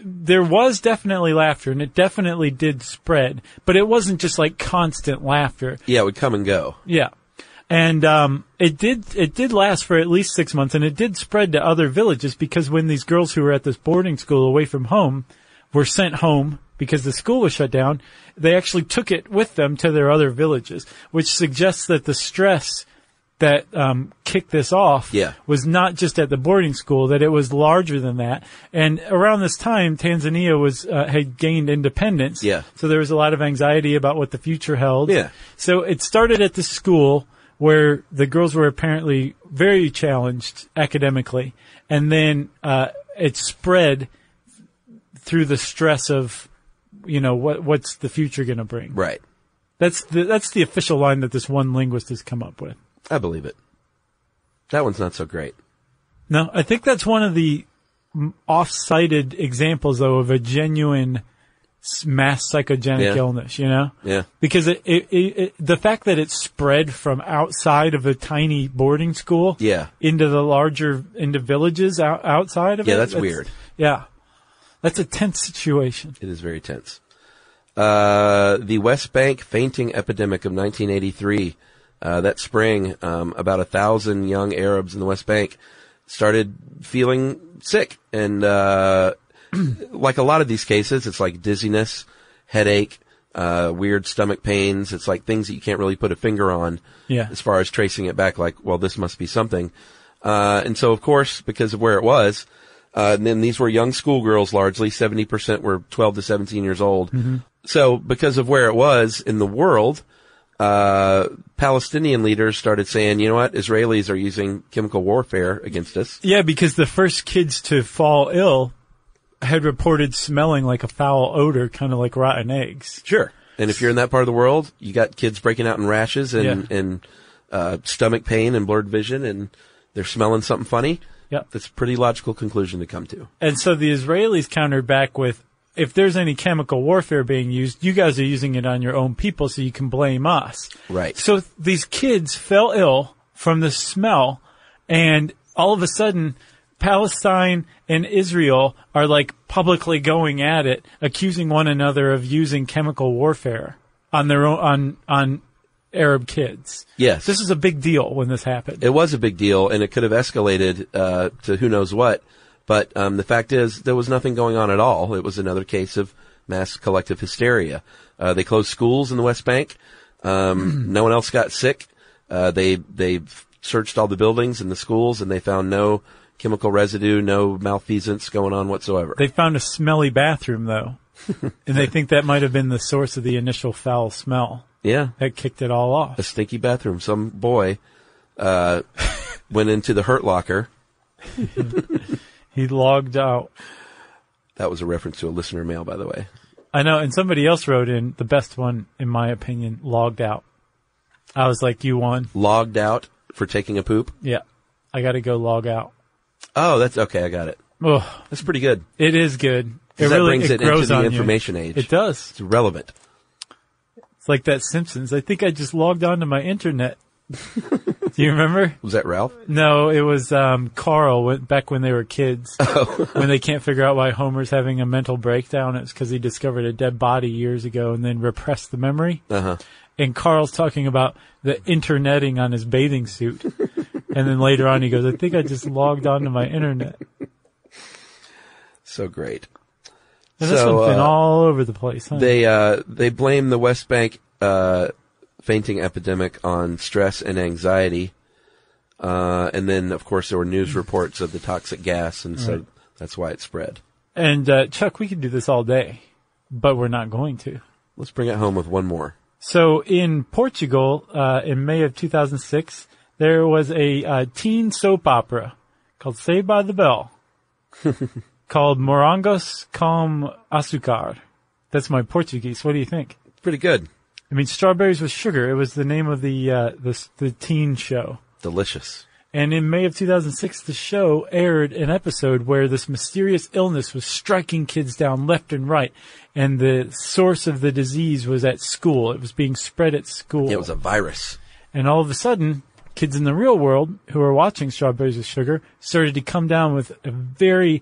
[SPEAKER 2] there was definitely laughter and it definitely did spread, but it wasn't just like constant laughter.
[SPEAKER 3] Yeah, it would come and go.
[SPEAKER 2] Yeah. And, um, it did, it did last for at least six months and it did spread to other villages because when these girls who were at this boarding school away from home were sent home because the school was shut down, they actually took it with them to their other villages, which suggests that the stress that um, kicked this off
[SPEAKER 3] Yeah.
[SPEAKER 2] was not just at the boarding school; that it was larger than that. And around this time, Tanzania was uh, had gained independence.
[SPEAKER 3] Yeah.
[SPEAKER 2] So there was a lot of anxiety about what the future held.
[SPEAKER 3] Yeah.
[SPEAKER 2] So it started at the school where the girls were apparently very challenged academically, and then uh, it spread through the stress of, you know, what what's the future going to bring.
[SPEAKER 3] Right.
[SPEAKER 2] That's the that's the official line that this one linguist has come up with.
[SPEAKER 3] I believe it. That one's not so great.
[SPEAKER 2] No, I think that's one of the m- off-cited examples, though, of a genuine s- mass psychogenic
[SPEAKER 3] Yeah.
[SPEAKER 2] illness. You know,
[SPEAKER 3] Yeah.
[SPEAKER 2] because it, it, it, it the fact that it spread from outside of a tiny boarding school,
[SPEAKER 3] Yeah.
[SPEAKER 2] into the larger into villages out, outside of
[SPEAKER 3] Yeah,
[SPEAKER 2] it.
[SPEAKER 3] that's weird.
[SPEAKER 2] Yeah, that's a tense situation.
[SPEAKER 3] It is very tense. Uh, the West Bank fainting epidemic of 1983. Uh, that spring, um, about a thousand young Arabs in the West Bank started feeling sick, and uh, (clears throat) like a lot of these cases, it's like dizziness, headache, uh, weird stomach pains. It's like things that you can't really put a finger on.
[SPEAKER 2] Yeah.
[SPEAKER 3] As far as tracing it back, like, well, this must be something. Uh, and so of course, because of where it was, uh, and then these were young schoolgirls largely, 70% were 12 to 17 years old. So because of where it was in the world, uh, Palestinian leaders started saying, you know what, Israelis are using chemical warfare against us.
[SPEAKER 2] Yeah, because the first kids to fall ill had reported smelling like a foul odor, kind of like rotten eggs.
[SPEAKER 3] Sure. And if you're in that part of the world, you got kids breaking out in rashes and, and, uh, stomach pain and blurred vision and they're smelling something funny.
[SPEAKER 2] Yep.
[SPEAKER 3] That's a pretty logical conclusion to come to.
[SPEAKER 2] And so the Israelis countered back with, if there's any chemical warfare being used, you guys are using it on your own people, so you can blame us.
[SPEAKER 3] Right.
[SPEAKER 2] So th- these kids fell ill from the smell, and all of a sudden, Palestine and Israel are like publicly going at it, accusing one another of using chemical warfare on their own on on Arab kids.
[SPEAKER 3] Yes.
[SPEAKER 2] This is a big deal when this happened.
[SPEAKER 3] it was a big deal and it could have escalated uh, to who knows what. But um, the fact is, there was nothing going on at all. It was another case of mass collective hysteria. Uh, they closed schools in the West Bank. Um, no one else got sick. Uh, they they searched all the buildings and the schools, and they found no chemical residue, no malfeasance going on whatsoever.
[SPEAKER 2] They found a smelly
[SPEAKER 3] (laughs)
[SPEAKER 2] bathroom though, and they think that might have been the source of the initial foul smell
[SPEAKER 3] yeah,
[SPEAKER 2] that kicked it all off.
[SPEAKER 3] a stinky bathroom. Some boy uh, went into the Hurt Locker.
[SPEAKER 2] He logged out.
[SPEAKER 3] That was a reference to a listener mail, by the way.
[SPEAKER 2] I know, and somebody else wrote in the best one, in my opinion, logged out. I was like, you won.
[SPEAKER 3] Logged out for taking a poop.
[SPEAKER 2] Yeah. I gotta go log out.
[SPEAKER 3] Oh, that's okay. I got it.
[SPEAKER 2] Ugh,
[SPEAKER 3] That's pretty good.
[SPEAKER 2] it is good. It
[SPEAKER 3] 'Cause that
[SPEAKER 2] really
[SPEAKER 3] brings
[SPEAKER 2] it
[SPEAKER 3] it, into
[SPEAKER 2] grows
[SPEAKER 3] the
[SPEAKER 2] on you.
[SPEAKER 3] information age.
[SPEAKER 2] It does.
[SPEAKER 3] It's relevant.
[SPEAKER 2] It's like that Simpsons. I think I just logged onto
[SPEAKER 3] (laughs)
[SPEAKER 2] my internet. Do you remember?
[SPEAKER 3] Was that Ralph?
[SPEAKER 2] No, it was um, Carl went back when they
[SPEAKER 3] (laughs)
[SPEAKER 2] were kids.
[SPEAKER 3] Oh.
[SPEAKER 2] when they can't figure out why Homer's having a mental breakdown, it's because he discovered a dead body years ago and then repressed the memory.
[SPEAKER 3] Uh huh.
[SPEAKER 2] and Carl's talking about the interneting on his bathing suit. and then later on he goes, I think I just logged onto my internet.
[SPEAKER 3] So great.
[SPEAKER 2] And this
[SPEAKER 3] So,
[SPEAKER 2] one's been
[SPEAKER 3] uh,
[SPEAKER 2] all over the place. Huh?
[SPEAKER 3] They uh, they blame the West Bank uh, fainting epidemic on stress and anxiety, uh, and then of course there were news reports of the toxic gas, and so that's why it spread.
[SPEAKER 2] and uh, Chuck, we could do this all day, but we're not going to.
[SPEAKER 3] Let's bring it home with one more.
[SPEAKER 2] So in Portugal, uh, in May of 2006, there was a uh, teen soap opera called Saved by
[SPEAKER 3] (laughs)
[SPEAKER 2] the Bell called Morangos com Açúcar. That's my Portuguese. What do you think?
[SPEAKER 3] Pretty good.
[SPEAKER 2] I mean, Strawberries with Sugar. It was the name of the uh, the the teen show.
[SPEAKER 3] Delicious.
[SPEAKER 2] And in May of 2006, the show aired an episode where this mysterious illness was striking kids down left and right, and the source of the disease was at school. It was being spread at school.
[SPEAKER 3] It was a virus.
[SPEAKER 2] and all of a sudden, kids in the real world who were watching Strawberries with Sugar started to come down with a very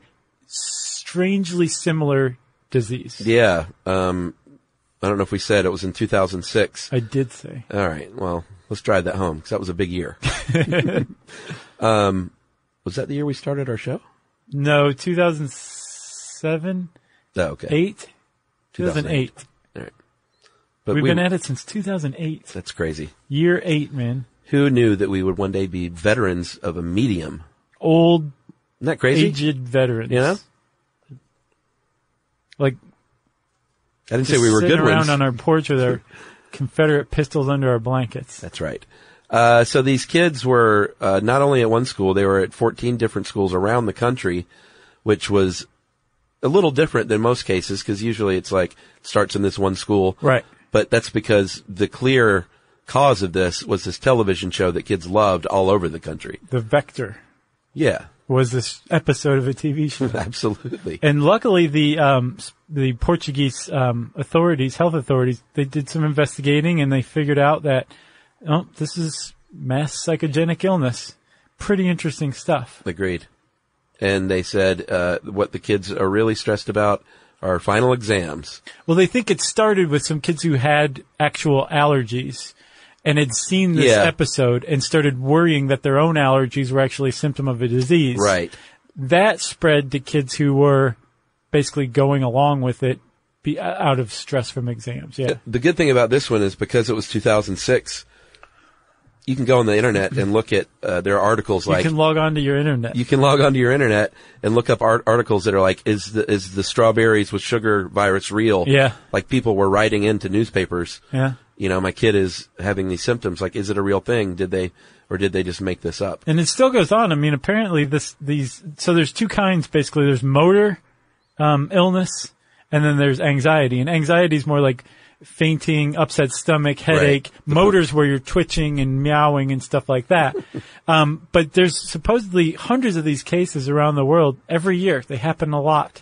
[SPEAKER 2] strangely similar disease.
[SPEAKER 3] Yeah. Um, I don't know if we said it was in 2006.
[SPEAKER 2] I did say.
[SPEAKER 3] All right. Well, let's drive that home because that was a big
[SPEAKER 2] (laughs)
[SPEAKER 3] year. um, was that the year we started our show?
[SPEAKER 2] No, 2007,
[SPEAKER 3] Oh, okay.
[SPEAKER 2] 8, 2008.
[SPEAKER 3] All right. But
[SPEAKER 2] We've
[SPEAKER 3] we-
[SPEAKER 2] been at it since 2008.
[SPEAKER 3] that's crazy.
[SPEAKER 2] Year eight, man.
[SPEAKER 3] Who knew that we would one day be veterans of a medium?
[SPEAKER 2] Old,
[SPEAKER 3] Isn't that crazy?
[SPEAKER 2] aged veterans.
[SPEAKER 3] You know?
[SPEAKER 2] Like,
[SPEAKER 3] I didn't say
[SPEAKER 2] just
[SPEAKER 3] we were
[SPEAKER 2] sitting
[SPEAKER 3] good
[SPEAKER 2] around
[SPEAKER 3] ones.
[SPEAKER 2] on our porch with our Confederate pistols under
[SPEAKER 3] (laughs)
[SPEAKER 2] our blankets.
[SPEAKER 3] That's right. Uh, so these kids were uh, not only at one school, they were at 14 different schools around the country, which was a little different than most cases because usually it's like starts in this one school.
[SPEAKER 2] Right.
[SPEAKER 3] But that's because the clear cause of this was this television show that kids loved all over the country.
[SPEAKER 2] The Vector
[SPEAKER 3] Yeah, (laughs)
[SPEAKER 2] was this episode of a TV show.
[SPEAKER 3] absolutely.
[SPEAKER 2] And luckily, the um, s- the Portuguese um, authorities, health authorities, they did some investigating and they figured out that oh, this is mass psychogenic illness. Pretty interesting stuff.
[SPEAKER 3] Agreed. And they said uh, what the kids are really stressed about are final exams.
[SPEAKER 2] Well, they think it started with some kids who had actual allergies and had seen this
[SPEAKER 3] Yeah.
[SPEAKER 2] episode and started worrying that their own allergies were actually a symptom of a disease.
[SPEAKER 3] Right.
[SPEAKER 2] That spread to kids who were basically going along with it be out of stress from exams. Yeah.
[SPEAKER 3] The good thing about this one is because it was 2006, you can go on the internet and look at uh, there are articles
[SPEAKER 2] you
[SPEAKER 3] like
[SPEAKER 2] can log on to your internet.
[SPEAKER 3] you can log onto your internet and look up art- articles that are like is the is the strawberries with sugar virus real?
[SPEAKER 2] Yeah.
[SPEAKER 3] Like people were writing into newspapers.
[SPEAKER 2] yeah.
[SPEAKER 3] you know, my kid is having these symptoms. Like, is it a real thing? Did they, or did they just make this up?
[SPEAKER 2] And it still goes on. I mean, apparently this, these, so there's two kinds basically. There's motor, um, illness and then there's anxiety and anxiety is more like fainting, upset stomach, headache, motors where you're twitching and meowing and stuff like that. um, but there's supposedly hundreds of these cases around the world every year. They happen a lot.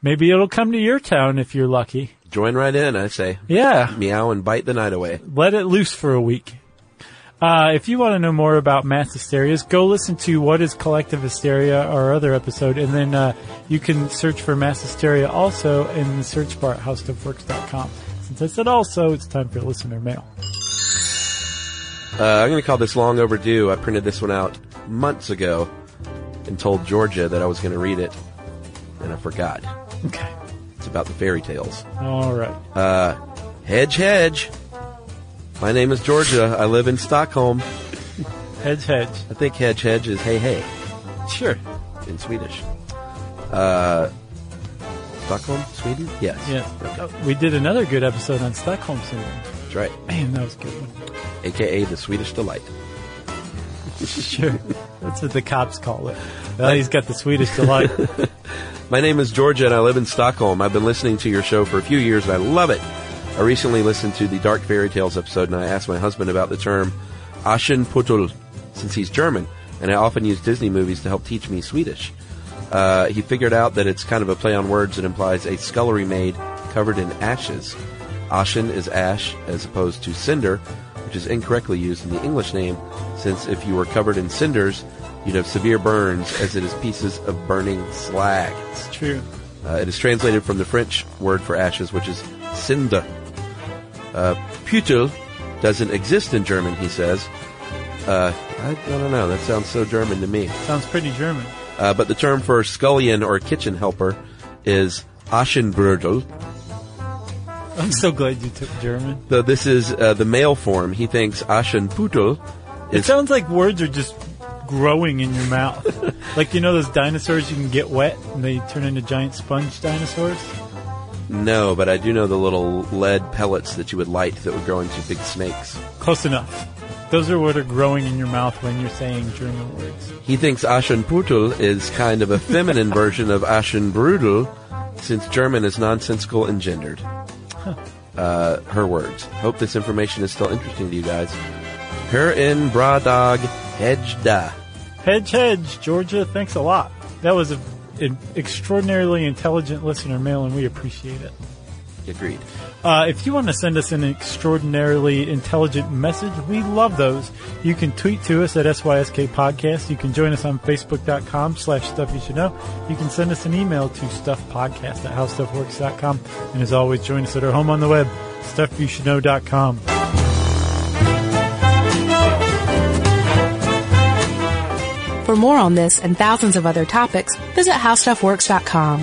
[SPEAKER 2] Maybe it'll come to your town if you're lucky.
[SPEAKER 3] Join right in, I say.
[SPEAKER 2] Yeah.
[SPEAKER 3] Meow and bite the night away.
[SPEAKER 2] let it loose for a week. Uh, if you want to know more about mass hysterias, go listen to What is Collective Hysteria, our other episode, and then uh, you can search for mass hysteria also in the search bar at howstuffworks.com. Since I said also, it's time for listener mail.
[SPEAKER 3] Uh, I'm going to call this long overdue. I printed this one out months ago and told Georgia that I was going to read it, and I forgot.
[SPEAKER 2] Okay.
[SPEAKER 3] It's about the fairy tales.
[SPEAKER 2] All right.
[SPEAKER 3] Hedge, hedge. My name is Georgia. I live in Stockholm.
[SPEAKER 2] Hedge, hedge.
[SPEAKER 3] I think hedge, hedge is hey, hey
[SPEAKER 2] Sure.
[SPEAKER 3] in Swedish. Uh, Stockholm, Sweden? Yes.
[SPEAKER 2] Yeah. Oh, we did another good episode on Stockholm syndrome.
[SPEAKER 3] That's right.
[SPEAKER 2] Man, that was a good one.
[SPEAKER 3] AKA the Swedish delight.
[SPEAKER 2] Sure. That's what the cops call it. Well, he's got the Swedish delight.
[SPEAKER 3] My name is Georgia and I live in Stockholm. I've been listening to your show for a few years and I love it. I recently listened to the Dark Fairy Tales episode and I asked my husband about the term Aschenputtel since he's German and I often use Disney movies to help teach me Swedish. Uh, he figured out that it's kind of a play on words that implies a scullery maid covered in ashes. Ashen is ash as opposed to cinder, which is incorrectly used in the English name since if you were covered in cinders, you'd have severe burns as it is pieces of burning slag.
[SPEAKER 2] (laughs) It's true.
[SPEAKER 3] Uh, it is translated from the French word for ashes, which is cinder. Uh, Putel doesn't exist in German, he says. Uh, I, I don't know. That sounds so German to me.
[SPEAKER 2] Sounds pretty German.
[SPEAKER 3] Uh, but the term for scullion or kitchen helper is Aschenbrödel.
[SPEAKER 2] I'm so glad you took German.
[SPEAKER 3] Though this is uh, the male form, he thinks Aschenputtel
[SPEAKER 2] It
[SPEAKER 3] is
[SPEAKER 2] sounds like words are just growing in your mouth. like you know those dinosaurs you can get wet and they turn into giant sponge dinosaurs?
[SPEAKER 3] no, but I do know the little lead pellets that you would light that would grow into big snakes.
[SPEAKER 2] Close enough. Those are what are growing in your mouth when you're saying German words.
[SPEAKER 3] He thinks Aschenputtel is kind of a feminine version of Aschenbrödel, since German is nonsensical and gendered. Uh, her words. Hope this information is still interesting to you guys. Her in bra dog hedge da.
[SPEAKER 2] Hedge Hedge, Georgia, thanks a lot. That was a, an extraordinarily intelligent listener mail and we appreciate it.
[SPEAKER 3] Agreed.
[SPEAKER 2] Uh, if you want to send us an extraordinarily intelligent message, we love those. You can tweet to us at SYSK Podcast. You can join us on Facebook.com slash Stuff You Should Know. You can send us an email to StuffPodcast at HowStuffWorks.com. And as always, join us at our home on the web, StuffYouShouldKnow.com.
[SPEAKER 1] For more on this and thousands of other topics, visit howstuffworks.com.